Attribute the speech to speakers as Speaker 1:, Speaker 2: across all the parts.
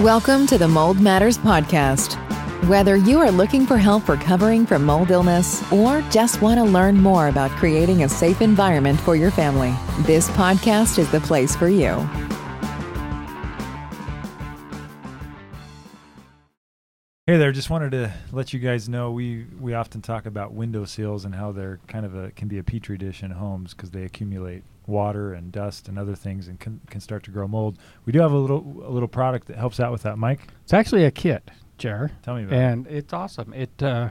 Speaker 1: Welcome to the Mold Matters Podcast. Whether you are looking for help recovering from mold illness or just want to learn more about creating a safe environment for your family, this podcast is the place for you.
Speaker 2: Hey there, just wanted to let you guys know we we often talk about window sills and how they're kind of a can be a petri dish in homes because they accumulate water and dust and other things and can, can start to grow mold. We do have a little a little product that helps out with that, Mike.
Speaker 3: It's actually a kit, Jer.
Speaker 2: Tell me about it.
Speaker 3: and it's awesome. It uh,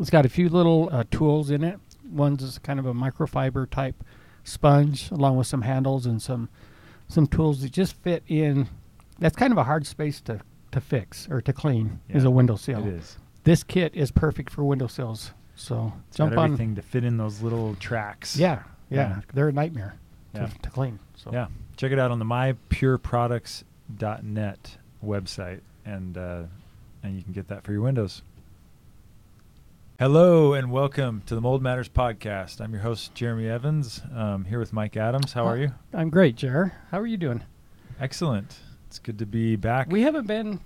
Speaker 3: it's got a few little uh, tools in it. One's is kind of a microfiber type sponge, along with some handles and some some tools that just fit in. That's kind of a hard space to to fix or to clean is
Speaker 2: Yeah,
Speaker 3: a window sill.
Speaker 2: It is.
Speaker 3: This kit is perfect for window sills. So
Speaker 2: It's
Speaker 3: jump
Speaker 2: got
Speaker 3: on.
Speaker 2: everything to fit in those little tracks.
Speaker 3: Yeah, yeah,
Speaker 2: Yeah.
Speaker 3: they're a nightmare
Speaker 2: Yeah.
Speaker 3: to, to clean. So
Speaker 2: Yeah. Check it out on the mypureproducts.net website and uh, and you can get that for your windows. Hello and welcome to the Mold Matters podcast. I'm your host Jeremy Evans. Um, here with Mike Adams. How are
Speaker 3: Hi.
Speaker 2: you?
Speaker 3: I'm great, Jer. How are you doing?
Speaker 2: Excellent. It's good to be back.
Speaker 3: We haven't been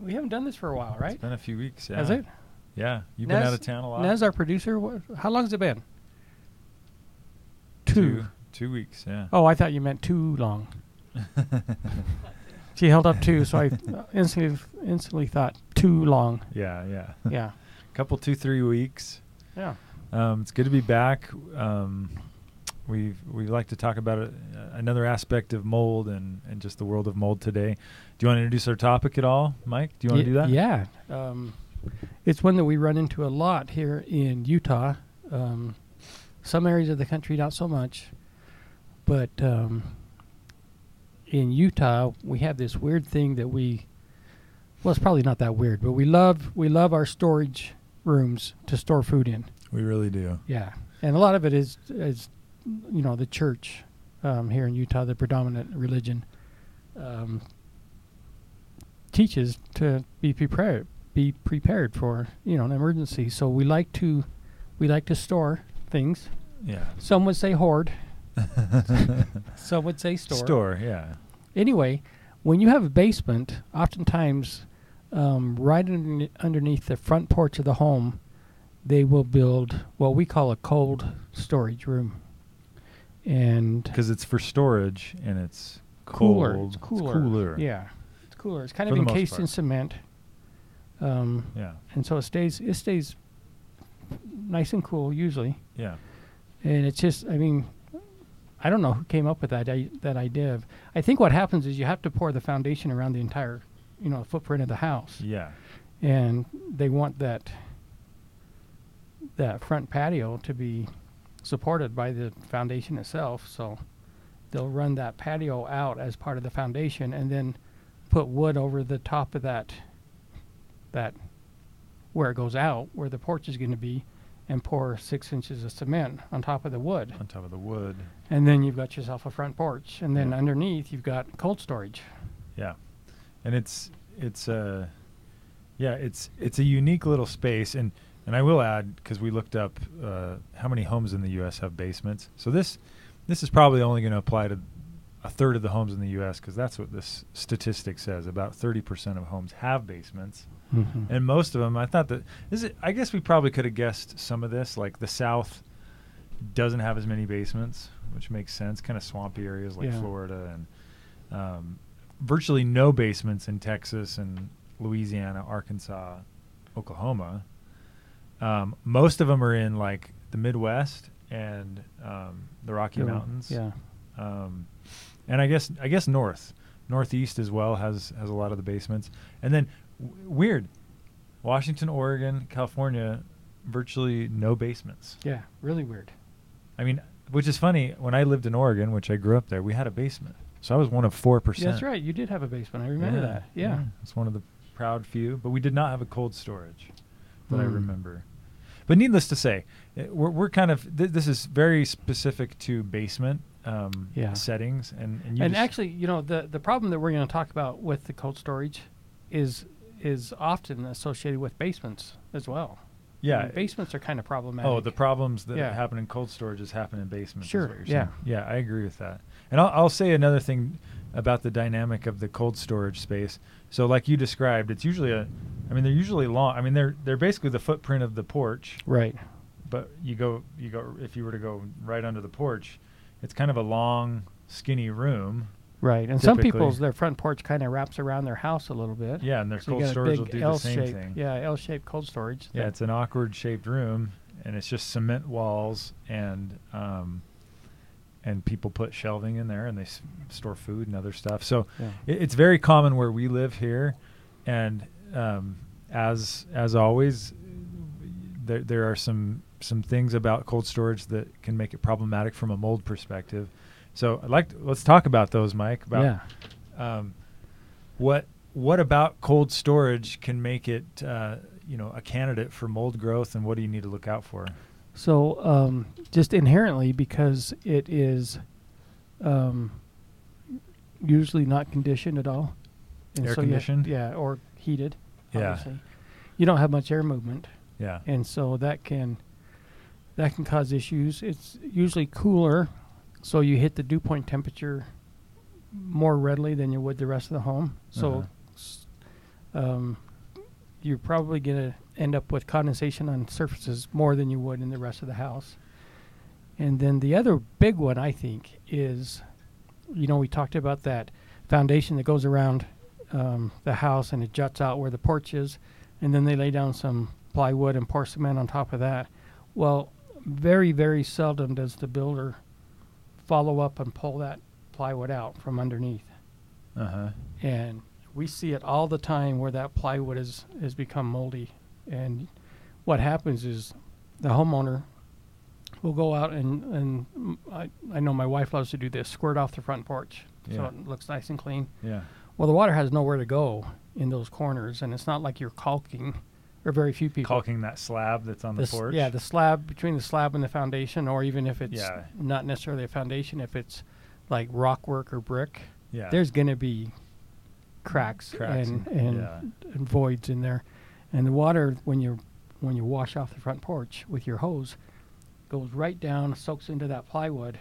Speaker 3: we haven't done this for a while, right?
Speaker 2: It's been a few weeks. Yeah.
Speaker 3: Has it?
Speaker 2: Yeah. You've been
Speaker 3: Nez-
Speaker 2: out of town a lot.
Speaker 3: Nez, our producer, wha- how long has it been?
Speaker 2: two. Two weeks. Yeah.
Speaker 3: Oh, I thought you meant too long. She held up two, so I uh, instantly instantly thought too long.
Speaker 2: yeah. Yeah.
Speaker 3: Yeah,
Speaker 2: Couple two three weeks.
Speaker 3: yeah.
Speaker 2: Um, it's good to be back. Um, we we like to talk about a, another aspect of mold and, and just the world of mold today. Do you want to introduce our topic at all, Mike? Do you want to do that?
Speaker 3: Yeah, um, it's one that we run into a lot here in Utah. Um, some areas of the country, not so much, but um, in Utah, we have this weird thing that we well, it's probably not that weird, but we love we love our storage rooms to store food in.
Speaker 2: We really do.
Speaker 3: Yeah, and a lot of it is is you know the church um, here in Utah, the predominant religion, um, teaches to be prepared, be prepared for you know an emergency. So we like to we like to store things.
Speaker 2: Yeah.
Speaker 3: Some would say hoard. Some would say store.
Speaker 2: Store. Yeah.
Speaker 3: Anyway, when you have a basement, oftentimes um, right underne- underneath the front porch of the home, they will build what we call a cold storage room. And
Speaker 2: Because it's for storage and it's
Speaker 3: cooler.
Speaker 2: cold.
Speaker 3: It's cooler.
Speaker 2: cooler.
Speaker 3: Yeah. It's cooler. It's kind
Speaker 2: For
Speaker 3: of
Speaker 2: the most
Speaker 3: encased in
Speaker 2: part.
Speaker 3: cement. Um,
Speaker 2: Yeah.
Speaker 3: and so it stays it stays nice and cool usually.
Speaker 2: Yeah.
Speaker 3: And it's just, I mean, I don't know who came up with that I, that idea. Of, I think what happens is you have to pour the foundation around the entire, you know, footprint of the house,
Speaker 2: Yeah.
Speaker 3: and they want that that front patio to be supported by the foundation itself. So they'll run that patio out as part of the foundation, and then put wood over the top of that that where it goes out, where the porch is going to be, and pour six inches of cement on top of the wood.
Speaker 2: On top of the wood.
Speaker 3: And then you've got yourself a front porch, and then
Speaker 2: Yeah.
Speaker 3: underneath you've got cold storage.
Speaker 2: Yeah, and it's it's uh, yeah, it's it's a unique little space, and and I will add because we looked up uh, how many homes in the U.S. have basements. So this this is probably only going to apply to a third of the homes in the U.S. because that's what this statistic says. About thirty percent of homes have basements,
Speaker 3: Hmm.
Speaker 2: and most of them. I thought that this is. I guess we probably could have guessed some of this, like the South doesn't have as many basements, which makes sense. Kind of swampy areas like
Speaker 3: Yeah.
Speaker 2: Florida and um, virtually no basements in Texas and Louisiana, Arkansas, Oklahoma. Um, most of them are in like the Midwest and um, the Rocky
Speaker 3: Yeah.
Speaker 2: Mountains.
Speaker 3: Yeah.
Speaker 2: Um, and I guess I guess north, northeast as well has has a lot of the basements. And then w- weird, Washington, Oregon, California, virtually no basements.
Speaker 3: Yeah. Really weird.
Speaker 2: I mean, which is funny. When I lived in Oregon, which I grew up there, we had a basement, so I was one of four percent.
Speaker 3: That's right. You did have a basement. I remember that. Yeah.
Speaker 2: It's one of the proud few, but we did not have a cold storage that I
Speaker 3: Hmm.
Speaker 2: remember. But needless to say, eh, we're, we're kind of th- this is very specific to basement um,
Speaker 3: Yeah.
Speaker 2: settings, and and, you
Speaker 3: and
Speaker 2: just-
Speaker 3: actually, you know, the the problem that we're going to talk about with the cold storage is is often associated with basements as well. I
Speaker 2: yeah,
Speaker 3: mean,
Speaker 2: eh,
Speaker 3: basements are kind of problematic.
Speaker 2: Oh, the problems that
Speaker 3: Yeah.
Speaker 2: happen in cold storage is happen in basements. is
Speaker 3: Sure,
Speaker 2: what you're
Speaker 3: yeah.
Speaker 2: saying. Yeah, I agree with that. And I'll, I'll say another thing about the dynamic of the cold storage space. So, like you described, it's usually a, I mean, they're usually long. I mean, they're they're basically the footprint of the porch.
Speaker 3: Right.
Speaker 2: But you go you go if you were to go right under the porch, it's kind of a long, skinny room.
Speaker 3: Right. And some
Speaker 2: Typically.
Speaker 3: people's their front porch kind of wraps around their house a little bit.
Speaker 2: Yeah, and their
Speaker 3: So you
Speaker 2: cold
Speaker 3: got a
Speaker 2: storage will
Speaker 3: big
Speaker 2: do the same
Speaker 3: L-shaped-
Speaker 2: thing.
Speaker 3: Yeah, L-shaped cold storage.
Speaker 2: Yeah,
Speaker 3: that-
Speaker 2: it's an awkward shaped room, and it's just cement walls, and um, and people put shelving in there, and they s- store food and other stuff. So
Speaker 3: yeah.
Speaker 2: it, it's very common where we live here, and um, as as always, there there are some some things about cold storage that can make it problematic from a mold perspective. So I'd like to, let's talk about those, Mike. About
Speaker 3: yeah.
Speaker 2: um, what what about cold storage can make it uh, you know a candidate for mold growth, and what do you need to look out for?
Speaker 3: So um, just inherently, because it is um, usually not conditioned at all.
Speaker 2: Air
Speaker 3: you ha-
Speaker 2: conditioned?
Speaker 3: yeah, or heated.
Speaker 2: Yeah.
Speaker 3: Obviously. You don't have much air movement,
Speaker 2: Yeah,
Speaker 3: and so that can that can cause issues. It's usually cooler, so you hit the dew point temperature more readily than you would the rest of the home. So
Speaker 2: Uh-huh.
Speaker 3: s- um, you're probably going to end up with condensation on surfaces more than you would in the rest of the house. And then the other big one, I think, is you know, we talked about that foundation that goes around um, the house and it juts out where the porch is. And then they lay down some plywood and pour cement on top of that. Well, very, very seldom does the builder follow up and pull that plywood out from underneath.
Speaker 2: uh huh,
Speaker 3: And we see it all the time where that plywood is, has become moldy. And what happens is the homeowner will go out and, and mm, I, I know my wife loves to do this squirt off the front porch so
Speaker 2: Yeah.
Speaker 3: it looks nice and clean.
Speaker 2: yeah,
Speaker 3: Well, the water has nowhere to go in those corners, and it's not like you're caulking, or very few people.
Speaker 2: caulking that slab that's on the,
Speaker 3: the s-
Speaker 2: porch.
Speaker 3: Yeah, the slab between the slab and the foundation, or even if it's
Speaker 2: Yeah.
Speaker 3: not necessarily a foundation, if it's like rock work or brick,
Speaker 2: yeah,
Speaker 3: there's going to be cracks,
Speaker 2: Cracks
Speaker 3: and,
Speaker 2: and-
Speaker 3: and,
Speaker 2: yeah.
Speaker 3: and voids in there. And the water, when you when you wash off the front porch with your hose, goes right down, soaks into that plywood,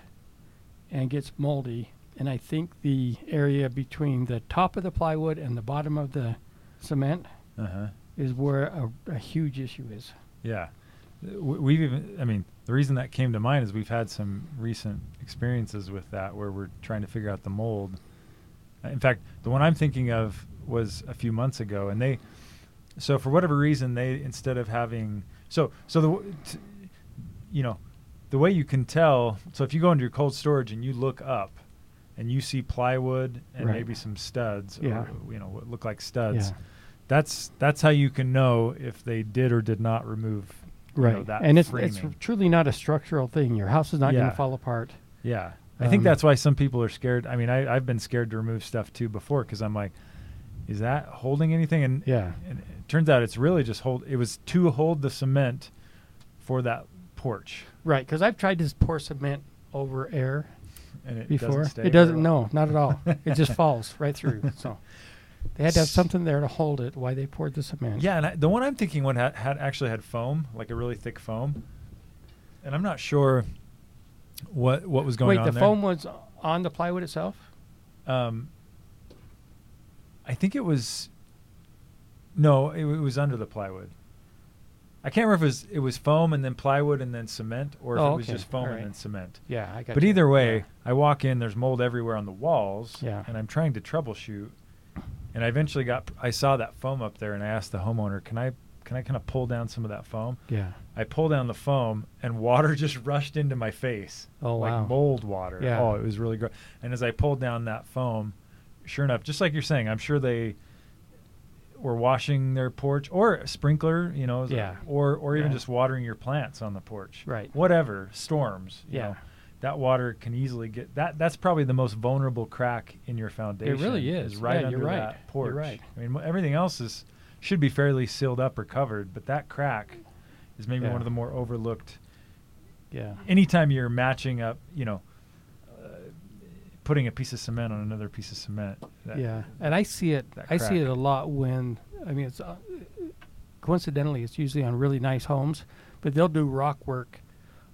Speaker 3: and gets moldy. And I think the area between the top of the plywood and the bottom of the cement
Speaker 2: uh huh,
Speaker 3: is where a, a huge issue is.
Speaker 2: yeah. W- We've even, I mean, the reason that came to mind is we've had some recent experiences with that where we're trying to figure out the mold. Uh, In fact, the one I'm thinking of was a few months ago, and they, so for whatever reason, they instead of having, so so the, w- t- you know, the way you can tell, so if you go into your cold storage and you look up, and you see plywood and
Speaker 3: Right.
Speaker 2: maybe some studs,
Speaker 3: Yeah.
Speaker 2: or, you know, what look like studs,
Speaker 3: Yeah.
Speaker 2: that's that's how you can know if they did or did not remove you know, that
Speaker 3: and it's
Speaker 2: framing.
Speaker 3: it's truly not a structural thing. Your house is not going
Speaker 2: Yeah.
Speaker 3: to fall apart.
Speaker 2: yeah i think
Speaker 3: um,
Speaker 2: that's why some people are scared i mean I, i've been scared to remove stuff too before because i'm like is that holding anything and,
Speaker 3: Yeah.
Speaker 2: and it turns out it's really just hold it was to hold the cement for that porch
Speaker 3: Right, because I've tried to s- pour cement over air
Speaker 2: and it
Speaker 3: before.
Speaker 2: doesn't stay
Speaker 3: it doesn't.
Speaker 2: very well.
Speaker 3: No, not at all. it just falls right through. So they had to have
Speaker 2: S-
Speaker 3: something there to hold it. Why they poured the cement?
Speaker 2: yeah and I, the one i'm thinking one had, had actually had foam like a really thick foam and i'm not sure what what was going
Speaker 3: Wait,
Speaker 2: on
Speaker 3: the
Speaker 2: there.
Speaker 3: foam was on the plywood itself.
Speaker 2: um, I think it was. No, it, w- it was under the plywood. I can't remember if it was, it was foam and then plywood and then cement, or if
Speaker 3: Oh,
Speaker 2: it was
Speaker 3: okay.
Speaker 2: just foam
Speaker 3: Alright.
Speaker 2: and then cement.
Speaker 3: Yeah, I got.
Speaker 2: But either way, I walk in. There's mold everywhere on the walls,
Speaker 3: Yeah.
Speaker 2: and I'm trying to troubleshoot. And I eventually got. I saw that foam up there, and I asked the homeowner, "Can I, can I kind of pull down some of that foam?"
Speaker 3: yeah,
Speaker 2: I pull down the foam, and water just rushed into my face
Speaker 3: Oh,
Speaker 2: like
Speaker 3: wow.
Speaker 2: mold water.
Speaker 3: Yeah.
Speaker 2: Oh, it was really gross. And as I pulled down that foam, sure enough, just like you're saying, I'm sure they were washing their porch or a sprinkler, you know, is-
Speaker 3: Yeah.
Speaker 2: or or even
Speaker 3: Yeah.
Speaker 2: just watering your plants on the porch.
Speaker 3: Right.
Speaker 2: Whatever, storms, you
Speaker 3: Yeah.
Speaker 2: know. That water can easily get that. That's probably the most vulnerable crack in your foundation.
Speaker 3: is.
Speaker 2: right
Speaker 3: Yeah,
Speaker 2: under
Speaker 3: you're right.
Speaker 2: that porch.
Speaker 3: You're right.
Speaker 2: I mean, mo- everything else is should be fairly sealed up or covered, but that crack is maybe
Speaker 3: Yeah.
Speaker 2: one of the more overlooked
Speaker 3: yeah,
Speaker 2: anytime you're matching up, you know, uh, putting a piece of cement on another piece of cement. that-
Speaker 3: yeah. And I see it.
Speaker 2: that
Speaker 3: I see
Speaker 2: crack.
Speaker 3: it a lot when I mean it's uh, coincidentally it's usually on really nice homes, but they'll do rock work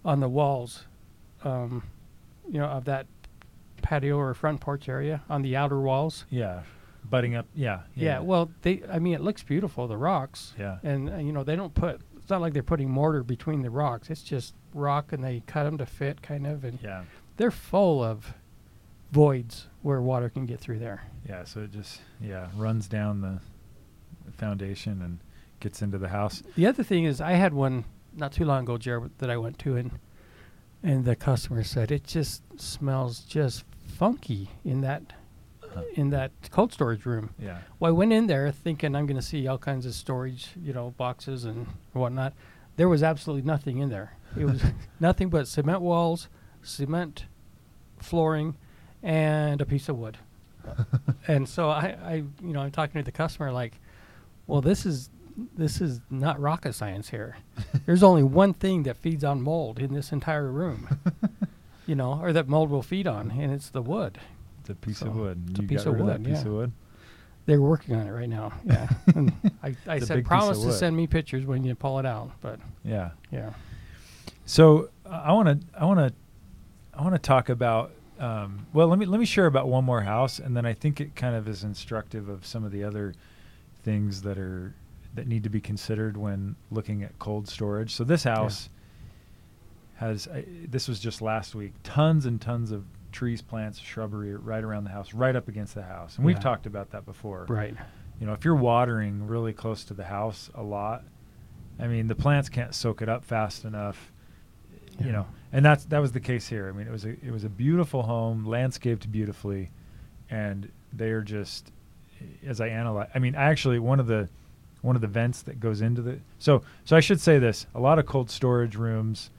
Speaker 3: on the walls, um, you know, of that patio or front porch area on the outer walls.
Speaker 2: Yeah. Butting up. Yeah.
Speaker 3: Yeah. well, they. I mean, it looks beautiful. The rocks.
Speaker 2: Yeah.
Speaker 3: And uh, you know they don't put. It's not like they're putting mortar between the rocks. It's just rock, and they cut them to fit, kind of. And
Speaker 2: Yeah.
Speaker 3: they're full of voids where water can get through there.
Speaker 2: Yeah. So it just, yeah, runs down the foundation and gets into the house.
Speaker 3: The other thing is, I had one not too long ago, Jared, that I went to, and and the customer said it just smells just funky in that
Speaker 2: Huh.
Speaker 3: in that cold storage room.
Speaker 2: Yeah.
Speaker 3: Well, I went in there thinking I'm going to see all kinds of storage, you know, boxes and whatnot. There was absolutely nothing in there. It was nothing but cement walls, cement flooring, and a piece of wood. and so I, I, you know, I'm talking to the customer like, well, this is this is not rocket science here. There's only one thing that feeds on mold in this entire room, you know, or that mold will feed on, and it's the wood.
Speaker 2: It's a piece
Speaker 3: So,
Speaker 2: of wood.
Speaker 3: it's a
Speaker 2: You
Speaker 3: piece
Speaker 2: got
Speaker 3: of
Speaker 2: rid that
Speaker 3: wood,
Speaker 2: Piece
Speaker 3: yeah.
Speaker 2: of wood.
Speaker 3: They're working on it right now. Yeah. And I, I
Speaker 2: It's a big
Speaker 3: said
Speaker 2: piece
Speaker 3: promise
Speaker 2: of
Speaker 3: to
Speaker 2: wood."
Speaker 3: send me pictures when you pull it out, but
Speaker 2: Yeah.
Speaker 3: yeah.
Speaker 2: So I want to I want to I want to talk about um, well let me let me share about one more house and then I think it kind of is instructive of some of the other things that are that need to be considered when looking at cold storage. So this house has I, this was just last week tons and tons of trees, plants, shrubbery right around the house, right up against the house. And we've
Speaker 3: Yeah.
Speaker 2: talked about that before
Speaker 3: Right.
Speaker 2: you know, if you're watering really close to the house a lot, I mean, the plants can't soak it up fast enough, you
Speaker 3: Yeah.
Speaker 2: know. And that's that was the case here. I mean, it was a it was a beautiful home, landscaped beautifully, and they are just as I analyze. I mean, actually, one of the one of the vents that goes into the so so I should say this: a lot of cold storage rooms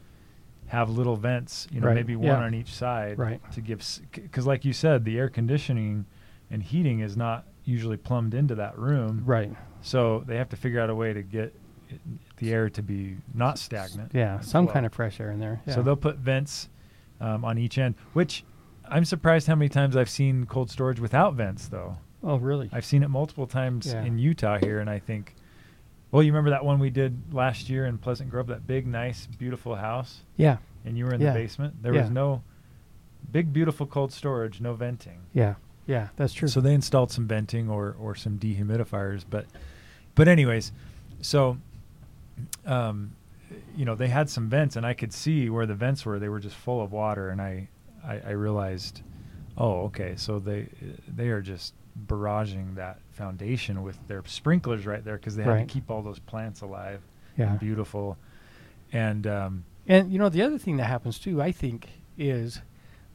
Speaker 2: have little vents, you know,
Speaker 3: Right.
Speaker 2: maybe one
Speaker 3: Yeah.
Speaker 2: on each side,
Speaker 3: Right.
Speaker 2: to give because, like you said, the air conditioning and heating is not usually plumbed into that room.
Speaker 3: Right.
Speaker 2: So they have to figure out a way to get it, the air to be not stagnant.
Speaker 3: Yeah.
Speaker 2: as
Speaker 3: Some
Speaker 2: well.
Speaker 3: kind of fresh air in there.
Speaker 2: So
Speaker 3: yeah.
Speaker 2: they'll put vents um, on each end, which I'm surprised how many times I've seen cold storage without vents, though.
Speaker 3: Oh, really?
Speaker 2: I've seen it multiple times
Speaker 3: Yeah.
Speaker 2: in Utah here, and I think, well, you remember that one we did last year in Pleasant Grove, that big, nice, beautiful house,
Speaker 3: yeah.
Speaker 2: and you were in
Speaker 3: Yeah.
Speaker 2: the basement? There was
Speaker 3: Yeah.
Speaker 2: no big, beautiful cold storage, no venting.
Speaker 3: Yeah. Yeah. That's true.
Speaker 2: So they installed some venting or or some dehumidifiers, but but anyways, so um, you know they had some vents, and I could see where the vents were. They were just full of water, and I I, I realized, oh okay, so they they are just barraging that foundation with their sprinklers right there because they had
Speaker 3: Right.
Speaker 2: to keep all those plants alive
Speaker 3: yeah.
Speaker 2: and beautiful, and um,
Speaker 3: And you know the other thing that happens too, I think, is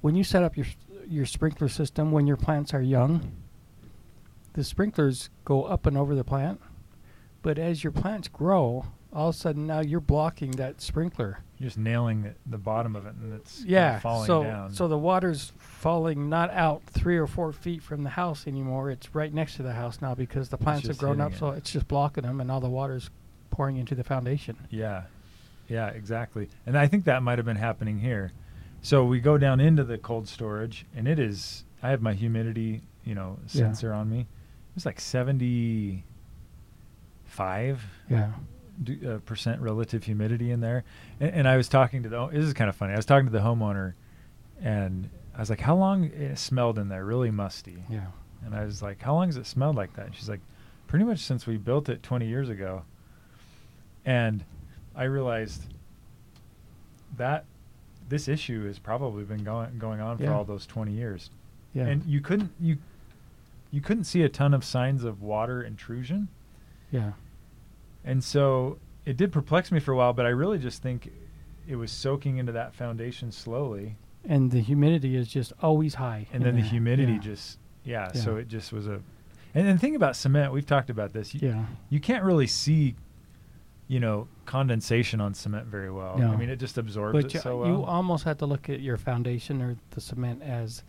Speaker 3: when you set up your s- your sprinkler system when your plants are young, the sprinklers go up and over the plant, but as your plants grow, all of a sudden now you're blocking that sprinkler.
Speaker 2: you're just nailing the, the bottom of it, and it's kinda
Speaker 3: Yeah.
Speaker 2: falling
Speaker 3: so
Speaker 2: down.
Speaker 3: so the water's falling not out three or four feet from the house anymore. It's right next to the house now because the plants have
Speaker 2: just
Speaker 3: grown
Speaker 2: hitting
Speaker 3: up,
Speaker 2: it.
Speaker 3: so it's just blocking them, and all the water's pouring into the foundation.
Speaker 2: Yeah. Yeah, exactly. And I think that might have been happening here. So we go down into the cold storage and it is I have my humidity, you know,
Speaker 3: Yeah.
Speaker 2: sensor on me. It's like 75
Speaker 3: Yeah.
Speaker 2: d- uh, percent relative humidity in there. And, and I was talking to the oh, this is kind of funny. I was talking to the homeowner and I was like, "How long it smelled in there? Really musty."
Speaker 3: Yeah.
Speaker 2: And I was like, "How long has it smelled like that?" And she's like, "Pretty much since we built it 20 years ago." And I realized that this issue has probably been going going on for
Speaker 3: Yeah.
Speaker 2: all those 20 years.
Speaker 3: Yeah.
Speaker 2: And you couldn't you you couldn't see a ton of signs of water intrusion.
Speaker 3: yeah.
Speaker 2: And so it did perplex me for a while, but I really just think it was soaking into that foundation slowly
Speaker 3: and the humidity is just always high.
Speaker 2: and
Speaker 3: in
Speaker 2: then the
Speaker 3: there.
Speaker 2: humidity
Speaker 3: Yeah.
Speaker 2: just yeah,
Speaker 3: Yeah.
Speaker 2: so it just was a and then the thing about cement, we've talked about this. You,
Speaker 3: yeah,
Speaker 2: you can't really see, you know, condensation on cement very well. I
Speaker 3: No.
Speaker 2: mean, it just absorbs
Speaker 3: but
Speaker 2: it
Speaker 3: you,
Speaker 2: so
Speaker 3: you
Speaker 2: well.
Speaker 3: almost have to look at your foundation or the cement as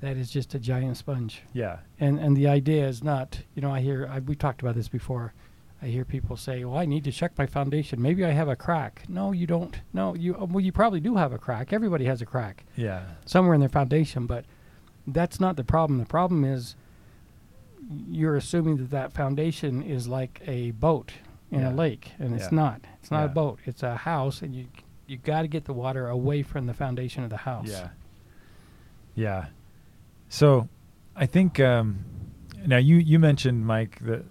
Speaker 3: that is just a giant sponge.
Speaker 2: yeah,
Speaker 3: And and the idea is not, you know, I hear I, we talked about this before. I hear people say, "Well, I need to check my foundation. Maybe I have a crack." No, you don't. No, you uh, well, you probably do have a crack. Everybody has a crack.
Speaker 2: yeah,
Speaker 3: somewhere in their foundation, but that's not the problem. The problem is you're assuming that that foundation is like a boat in
Speaker 2: Yeah.
Speaker 3: a lake, and
Speaker 2: Yeah.
Speaker 3: it's not. It's not
Speaker 2: Yeah.
Speaker 3: a boat. It's a house, and you you got to get the water away from the foundation of the house.
Speaker 2: yeah, yeah. So, I think um, now you you mentioned Mike that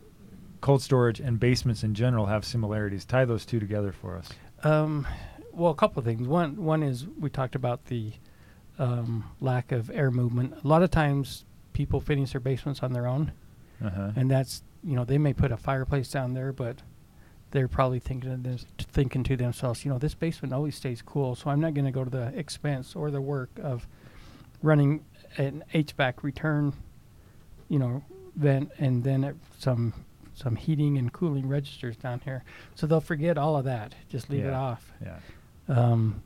Speaker 2: cold storage and basements in general have similarities. Tie those two together for us.
Speaker 3: Um, well, a couple of things. One one is we talked about the um, lack of air movement. A lot of times, people finish their basements on their own,
Speaker 2: Uh-huh.
Speaker 3: and that's you know they may put a fireplace down there, but they're probably thinking to this, thinking to themselves, you know, this basement always stays cool, so I'm not going to go to the expense or the work of running an HVAC return, you know, vent and then it, some some heating and cooling registers down here. So they'll forget all of that. Just leave it
Speaker 2: Yeah.
Speaker 3: off
Speaker 2: yeah.
Speaker 3: um,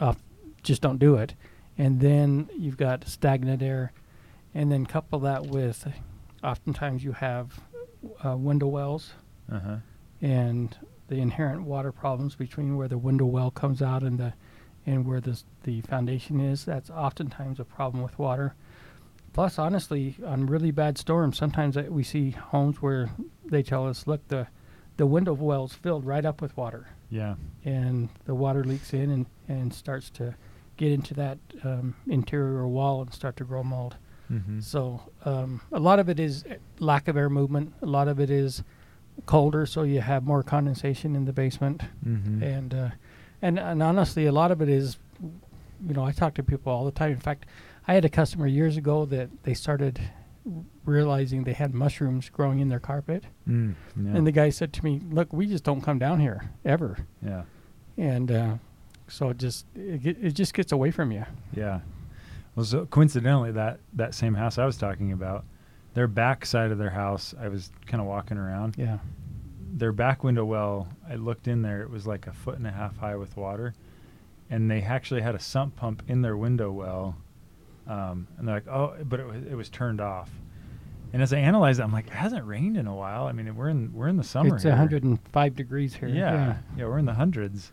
Speaker 3: off, just don't do it. And then you've got stagnant air, and then couple that with, oftentimes you have uh, window wells
Speaker 2: Uh huh.
Speaker 3: and the inherent water problems between where the window well comes out and the and where the the foundation is. That's oftentimes a problem with water. Plus, honestly, on really bad storms, sometimes uh, we see homes where they tell us, "Look, the the window well's filled right up with water."
Speaker 2: Yeah.
Speaker 3: and the water leaks in and, and starts to get into that um, interior wall and start to grow mold.
Speaker 2: Mm-hmm.
Speaker 3: So um, a lot of it is eh, lack of air movement. A lot of it is colder, so you have more condensation in the basement.
Speaker 2: Mm-hmm.
Speaker 3: And, uh, and and honestly, a lot of it is, you know, I talk to people all the time. In fact, I had a customer years ago that they started realizing they had mushrooms growing in their carpet,
Speaker 2: Mm, yeah.
Speaker 3: and the guy said to me, "Look, we just don't come down here ever."
Speaker 2: yeah.
Speaker 3: and uh, so it just it, ge- it just gets away from you.
Speaker 2: Yeah. Well, so coincidentally, that that same house I was talking about, their back side of their house, I was kind of walking around.
Speaker 3: Yeah,
Speaker 2: Their back window well, I looked in there, it was like a foot and a half high with water, and they actually had a sump pump in their window well, um, and they're like, oh, but it was it was turned off. And as I analyzed it, I'm like, it hasn't rained in a while. I mean, we're in we're in the summer.
Speaker 3: it's
Speaker 2: here.
Speaker 3: 105 degrees here.
Speaker 2: Yeah, yeah, we're in the hundreds.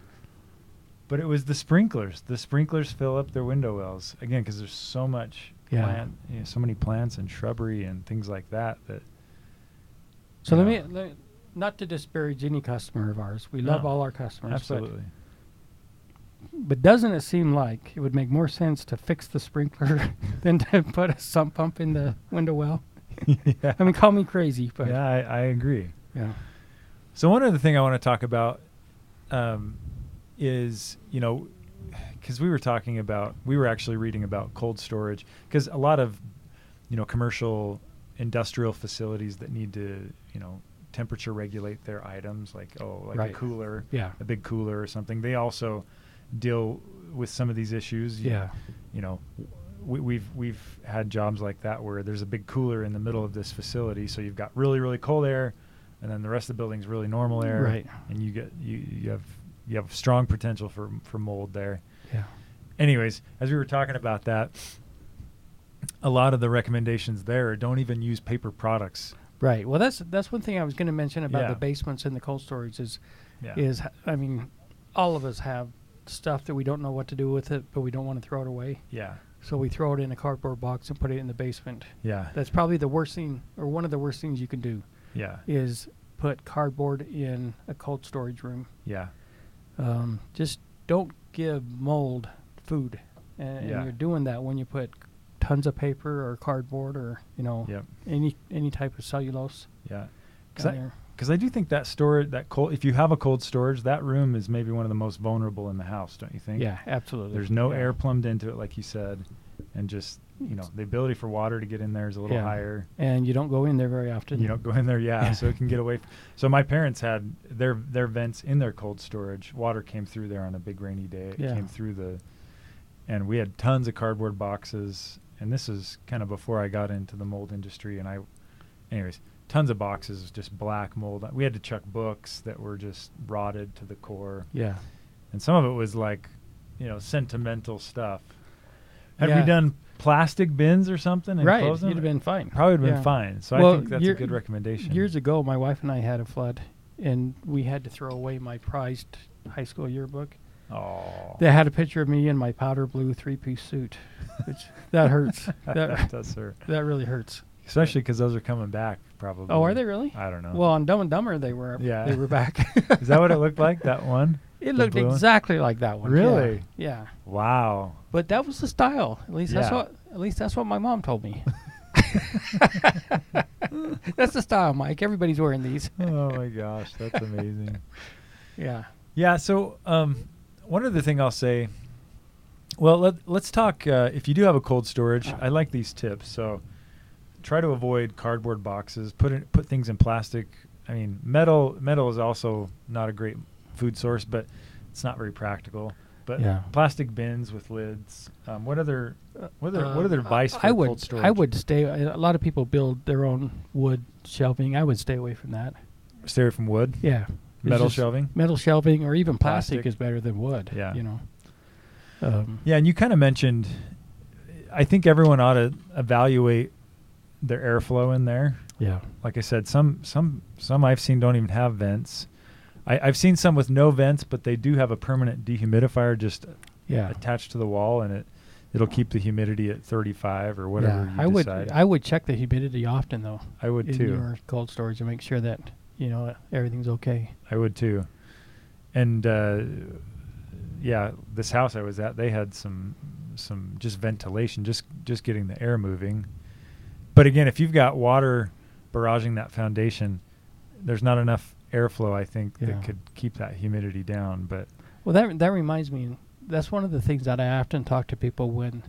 Speaker 2: But it was the sprinklers. The sprinklers fill up their window wells again because there's so much
Speaker 3: Yeah.
Speaker 2: plant, you know, so many plants and shrubbery and things like that. That
Speaker 3: So
Speaker 2: Yeah.
Speaker 3: let me let, not to disparage any customer of ours. We love
Speaker 2: No,
Speaker 3: all our customers. but-
Speaker 2: absolutely,
Speaker 3: But, doesn't it seem like it would make more sense to fix the sprinkler than to put a sump pump in the window well?
Speaker 2: yeah,
Speaker 3: I mean, call me crazy, but
Speaker 2: yeah, I, I agree.
Speaker 3: yeah.
Speaker 2: So one other thing I want to talk about um, is you know because we were talking about we were actually reading about cold storage because a lot of you know commercial industrial facilities that need to you know temperature regulate their items like oh like
Speaker 3: Right.
Speaker 2: a cooler
Speaker 3: Yeah.
Speaker 2: a big cooler or something they also deal with some of these issues You-
Speaker 3: Yeah.
Speaker 2: you know we, we've we've had jobs like that where there's a big cooler in the middle of this facility so you've got really really cold air and then the rest of the building's really normal air
Speaker 3: Right.
Speaker 2: and you get you, you have you have strong potential for for mold there
Speaker 3: Yeah.
Speaker 2: anyways as we were talking about that a lot of the recommendations there are don't even use paper products
Speaker 3: Right. Well, that's that's one thing I was going to mention about
Speaker 2: Yeah.
Speaker 3: the basements and the cold storage is
Speaker 2: yeah
Speaker 3: is h- I mean, all of us have stuff that we don't know what to do with it, but we don't want to throw it away.
Speaker 2: yeah
Speaker 3: So we throw it in a cardboard box and put it in the basement.
Speaker 2: yeah
Speaker 3: That's probably the worst thing, or one of the worst things you can do,
Speaker 2: yeah
Speaker 3: is put cardboard in a cold storage room.
Speaker 2: yeah
Speaker 3: Um, just don't give mold food, and,
Speaker 2: Yeah.
Speaker 3: and you're doing that when you put tons of paper or cardboard or you know
Speaker 2: Yep.
Speaker 3: any any type of cellulose.
Speaker 2: yeah
Speaker 3: down
Speaker 2: I-
Speaker 3: there.
Speaker 2: because I do think that storage, that cold, if you have a cold storage, that room is maybe one of the most vulnerable in the house, don't you think?
Speaker 3: Yeah, absolutely.
Speaker 2: There's no
Speaker 3: Yeah.
Speaker 2: air plumbed into it, like you said, and just you know the ability for water to get in there is a little
Speaker 3: Yeah.
Speaker 2: higher.
Speaker 3: and you don't go in there very often.
Speaker 2: You don't go in there, yeah,
Speaker 3: Yeah.
Speaker 2: so it can get away. f- So my parents had their their vents in their cold storage. Water came through there on a big rainy day. It
Speaker 3: Yeah.
Speaker 2: came through the, and we had tons of cardboard boxes. And this is kind of before I got into the mold industry. And I, anyways, tons of boxes, just black mold. We had to chuck books that were just rotted to the core
Speaker 3: Yeah.
Speaker 2: and some of it was like, you know, sentimental stuff. Had
Speaker 3: Yeah.
Speaker 2: we done plastic bins or something? And
Speaker 3: right.
Speaker 2: closed them?
Speaker 3: You'd have been fine.
Speaker 2: probably would have been
Speaker 3: Yeah.
Speaker 2: fine. So
Speaker 3: Well,
Speaker 2: I think that's a
Speaker 3: year-
Speaker 2: good recommendation.
Speaker 3: Years ago, my wife and I had a flood, and we had to throw away my prized high school yearbook.
Speaker 2: oh,
Speaker 3: They had a picture of me in my powder blue three-piece suit, which that hurts. that
Speaker 2: does hurt,
Speaker 3: that really hurts.
Speaker 2: especially because those are coming back probably.
Speaker 3: Oh, are they really?
Speaker 2: I don't know.
Speaker 3: Well, on Dumb and Dumber, they were.
Speaker 2: Yeah.
Speaker 3: They were back.
Speaker 2: is that what it looked like? That one?
Speaker 3: it
Speaker 2: The
Speaker 3: looked
Speaker 2: blue one?
Speaker 3: exactly like that one. yeah.
Speaker 2: Really?
Speaker 3: Yeah.
Speaker 2: Wow.
Speaker 3: But that was the style. At least
Speaker 2: Yeah.
Speaker 3: that's what At least that's what my mom told me. that's the style, Mike. Everybody's wearing these.
Speaker 2: oh my gosh, that's amazing.
Speaker 3: Yeah.
Speaker 2: Yeah. So, um, one other thing I'll say. Well, let, let's talk. Uh, if you do have a cold storage, I like these tips. So, try to avoid cardboard boxes. Put in, put things in plastic. I mean, metal metal is also not a great food source, but it's not very practical. But
Speaker 3: Yeah.
Speaker 2: plastic bins with lids. Um, what other what other what
Speaker 3: Um,
Speaker 2: other vice
Speaker 3: I-
Speaker 2: for
Speaker 3: I would,
Speaker 2: cold storage?
Speaker 3: I would stay. A lot of people build their own wood shelving. I would stay away from that.
Speaker 2: stay away from wood,
Speaker 3: Yeah. It's
Speaker 2: metal
Speaker 3: just-
Speaker 2: shelving.
Speaker 3: Metal shelving or even plastic,
Speaker 2: Plastic.
Speaker 3: is better than wood.
Speaker 2: Yeah.
Speaker 3: You know. Um,
Speaker 2: Yeah, and you kind of mentioned. I think everyone ought to evaluate their airflow in there.
Speaker 3: yeah.
Speaker 2: Like I said, some some some I've seen don't even have vents. I, I've seen some with no vents, but they do have a permanent dehumidifier just uh,
Speaker 3: Yeah.
Speaker 2: attached to the wall, and it it'll keep the humidity at 35 or whatever
Speaker 3: Yeah.
Speaker 2: you
Speaker 3: I would.
Speaker 2: decide.
Speaker 3: I would check the humidity often though
Speaker 2: I would
Speaker 3: in
Speaker 2: too.
Speaker 3: your cold storage to make sure that you know everything's okay.
Speaker 2: I would too. And uh, yeah, this house I was at, they had some some just ventilation, just just getting the air moving. But again, if you've got water barraging that foundation, there's not enough airflow. I think
Speaker 3: Yeah.
Speaker 2: that could keep that humidity down. But
Speaker 3: Well, that that reminds me. That's one of the things that I often talk to people when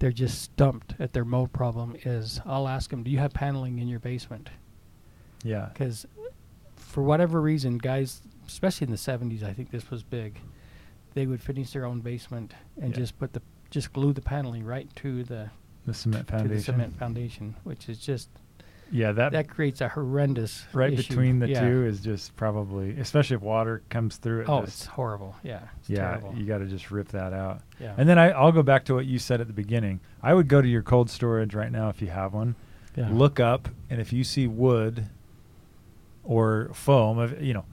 Speaker 3: they're just stumped at their mold problem. Is I'll ask them, "Do you have paneling in your basement?"
Speaker 2: yeah,
Speaker 3: Because for whatever reason, guys, especially in the '70s, I think this was big. They would finish their own basement and
Speaker 2: Yeah.
Speaker 3: just put the just glue the paneling right to the
Speaker 2: the cement
Speaker 3: to the
Speaker 2: foundation.
Speaker 3: cement foundation, which is just
Speaker 2: Yeah, that,
Speaker 3: that creates a horrendous
Speaker 2: right
Speaker 3: issue.
Speaker 2: between the
Speaker 3: Yeah.
Speaker 2: two is just probably, especially if water comes through. It
Speaker 3: Oh,
Speaker 2: just-
Speaker 3: it's horrible. Yeah, it's
Speaker 2: yeah,
Speaker 3: terrible.
Speaker 2: you got to just rip that out.
Speaker 3: yeah,
Speaker 2: And then I, I'll go back to what you said at the beginning. I would go to your cold storage right now if you have one.
Speaker 3: yeah.
Speaker 2: Look up, and if you see wood or foam, of you know,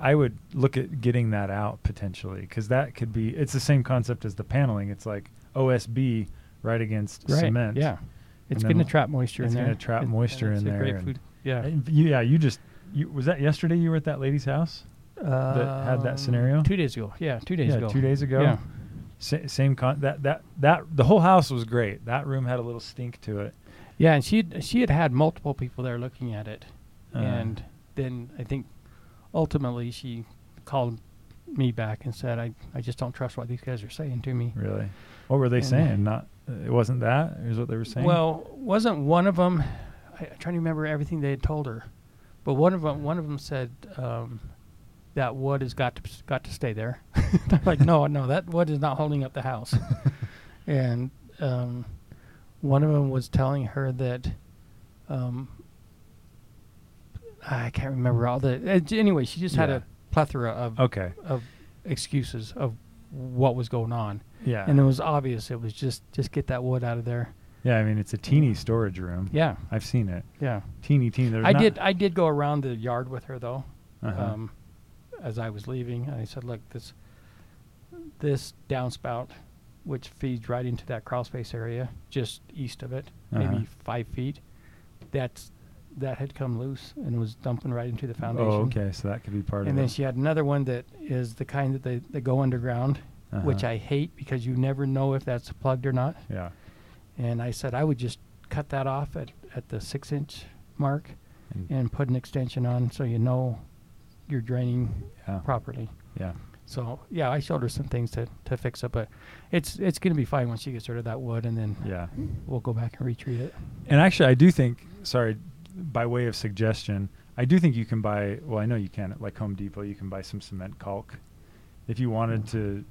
Speaker 2: I would look at getting that out potentially because that could be. It's the same concept as the paneling. It's like OSB right against
Speaker 3: Right,
Speaker 2: cement.
Speaker 3: Yeah, it's
Speaker 2: then
Speaker 3: going to
Speaker 2: we'll-
Speaker 3: trap moisture
Speaker 2: it's
Speaker 3: in there.
Speaker 2: gonna trap
Speaker 3: and- and
Speaker 2: moisture
Speaker 3: it's
Speaker 2: in
Speaker 3: a
Speaker 2: there
Speaker 3: great
Speaker 2: and-
Speaker 3: food- Yeah,
Speaker 2: And you- yeah. You just you, was that yesterday. You were at that lady's house. that had that
Speaker 3: Um,
Speaker 2: scenario?
Speaker 3: two days ago. Yeah, two days
Speaker 2: yeah,
Speaker 3: ago.
Speaker 2: two days ago.
Speaker 3: Yeah,
Speaker 2: Sa- same con. That that that the whole house was great. That room had a little stink to it.
Speaker 3: yeah, and she had, she had had multiple people there looking at it,
Speaker 2: Uh,
Speaker 3: and then I think ultimately she called me back and said, "I I just don't trust what these guys are saying to me."
Speaker 2: Really? Oh, What were they
Speaker 3: And-
Speaker 2: saying? Not it wasn't that is what they were saying.
Speaker 3: Well, wasn't one of them? I, I'm trying to remember everything they had told her, but one of them, one of them said um, that wood has got to got to stay there. I'm like, no, no, that wood is not holding up the house. and um, one of them was telling her that um, I can't remember all the. uh, j- anyway, she just had
Speaker 2: Yeah.
Speaker 3: a plethora of
Speaker 2: okay,
Speaker 3: of excuses of what was going on,
Speaker 2: yeah,
Speaker 3: and it was obvious. It was just just get that wood out of there.
Speaker 2: yeah. I mean, it's a teeny storage room.
Speaker 3: Yeah,
Speaker 2: I've seen it.
Speaker 3: yeah.
Speaker 2: Teeny, teeny. There's
Speaker 3: I
Speaker 2: not-
Speaker 3: did. I did go around the yard with her though,
Speaker 2: Uh-huh.
Speaker 3: um, as I was leaving, and I said, "Look, this this downspout, which feeds right into that crawl space area just east of it,
Speaker 2: Uh-huh.
Speaker 3: maybe five feet, that's that had come loose and was dumping right into the foundation.
Speaker 2: Oh, okay. So that could be part
Speaker 3: And
Speaker 2: of
Speaker 3: then
Speaker 2: it.
Speaker 3: she had another one that is the kind that they, they go underground, which
Speaker 2: Uh-huh.
Speaker 3: I hate because you never know if that's plugged or not.
Speaker 2: yeah,
Speaker 3: And I said I would just cut that off at, at the six inch mark
Speaker 2: And-
Speaker 3: and put an extension on so you know you're draining
Speaker 2: yeah,
Speaker 3: properly.
Speaker 2: yeah.
Speaker 3: So yeah, I showed her some things to, to fix up, but it's it's gonna be fine once she gets rid of that wood and then
Speaker 2: Yeah.
Speaker 3: we'll go back and retreat it.
Speaker 2: And actually, I do think. Sorry, by way of suggestion, I do think you can buy. Well, I know you can at like Home Depot. You can buy some cement caulk, if you wanted
Speaker 3: Mm-hmm.
Speaker 2: to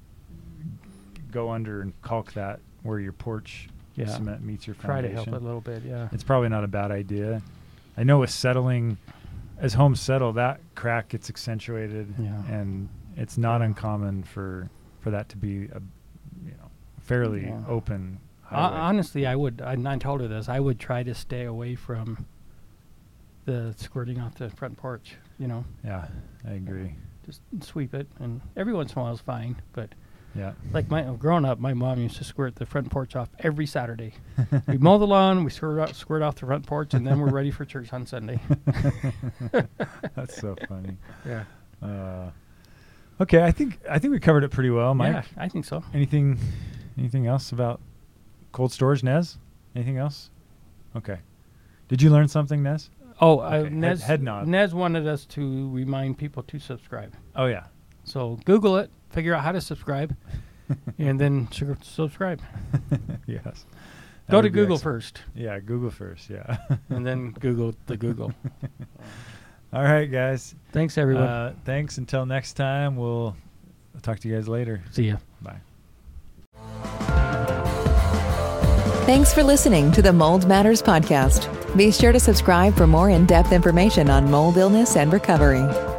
Speaker 2: go under and caulk that where your porch
Speaker 3: Yeah.
Speaker 2: cement meets your
Speaker 3: Try
Speaker 2: foundation.
Speaker 3: to help it a little bit, yeah.
Speaker 2: it's probably not a bad idea. I know with settling, as homes settle, that crack gets accentuated,
Speaker 3: Yeah.
Speaker 2: and it's not uncommon for for that to be a you know fairly
Speaker 3: Yeah.
Speaker 2: open.
Speaker 3: Hon-
Speaker 2: Highway.
Speaker 3: honestly, I would. I, and I told her this. I would try to stay away from the squirting off the front porch. You know,
Speaker 2: yeah, I agree.
Speaker 3: just sweep it, and every once in a while is fine. But
Speaker 2: Yeah,
Speaker 3: like my growing up, my mom used to squirt the front porch off every Saturday. we mow the lawn, we squirt off, squirt off the front porch, and then we're ready for church on Sunday.
Speaker 2: that's so funny.
Speaker 3: Yeah,
Speaker 2: Uh, okay, I think I think we covered it pretty well, Oh, Mike.
Speaker 3: I think so.
Speaker 2: Anything anything else about Cold storage, Nez? Anything else? Okay. Did you learn something, Nez?
Speaker 3: Oh,
Speaker 2: Okay,
Speaker 3: uh,
Speaker 2: head-
Speaker 3: Nez,
Speaker 2: head nod.
Speaker 3: Nez wanted us to remind people to subscribe.
Speaker 2: Oh, yeah.
Speaker 3: So Google it, figure out how to subscribe, and then su- subscribe.
Speaker 2: yes. That
Speaker 3: Go
Speaker 2: would be
Speaker 3: to Google
Speaker 2: excellent.
Speaker 3: first,
Speaker 2: Yeah, Google first. Yeah.
Speaker 3: and then Google the Google.
Speaker 2: All right, guys.
Speaker 3: Thanks, everyone.
Speaker 2: Uh, thanks. Until next time, we'll talk to you guys later.
Speaker 3: See ya.
Speaker 2: Bye.
Speaker 1: Thanks for listening to the Mold Matters Podcast. Be sure to subscribe for more in depth information on mold illness and recovery.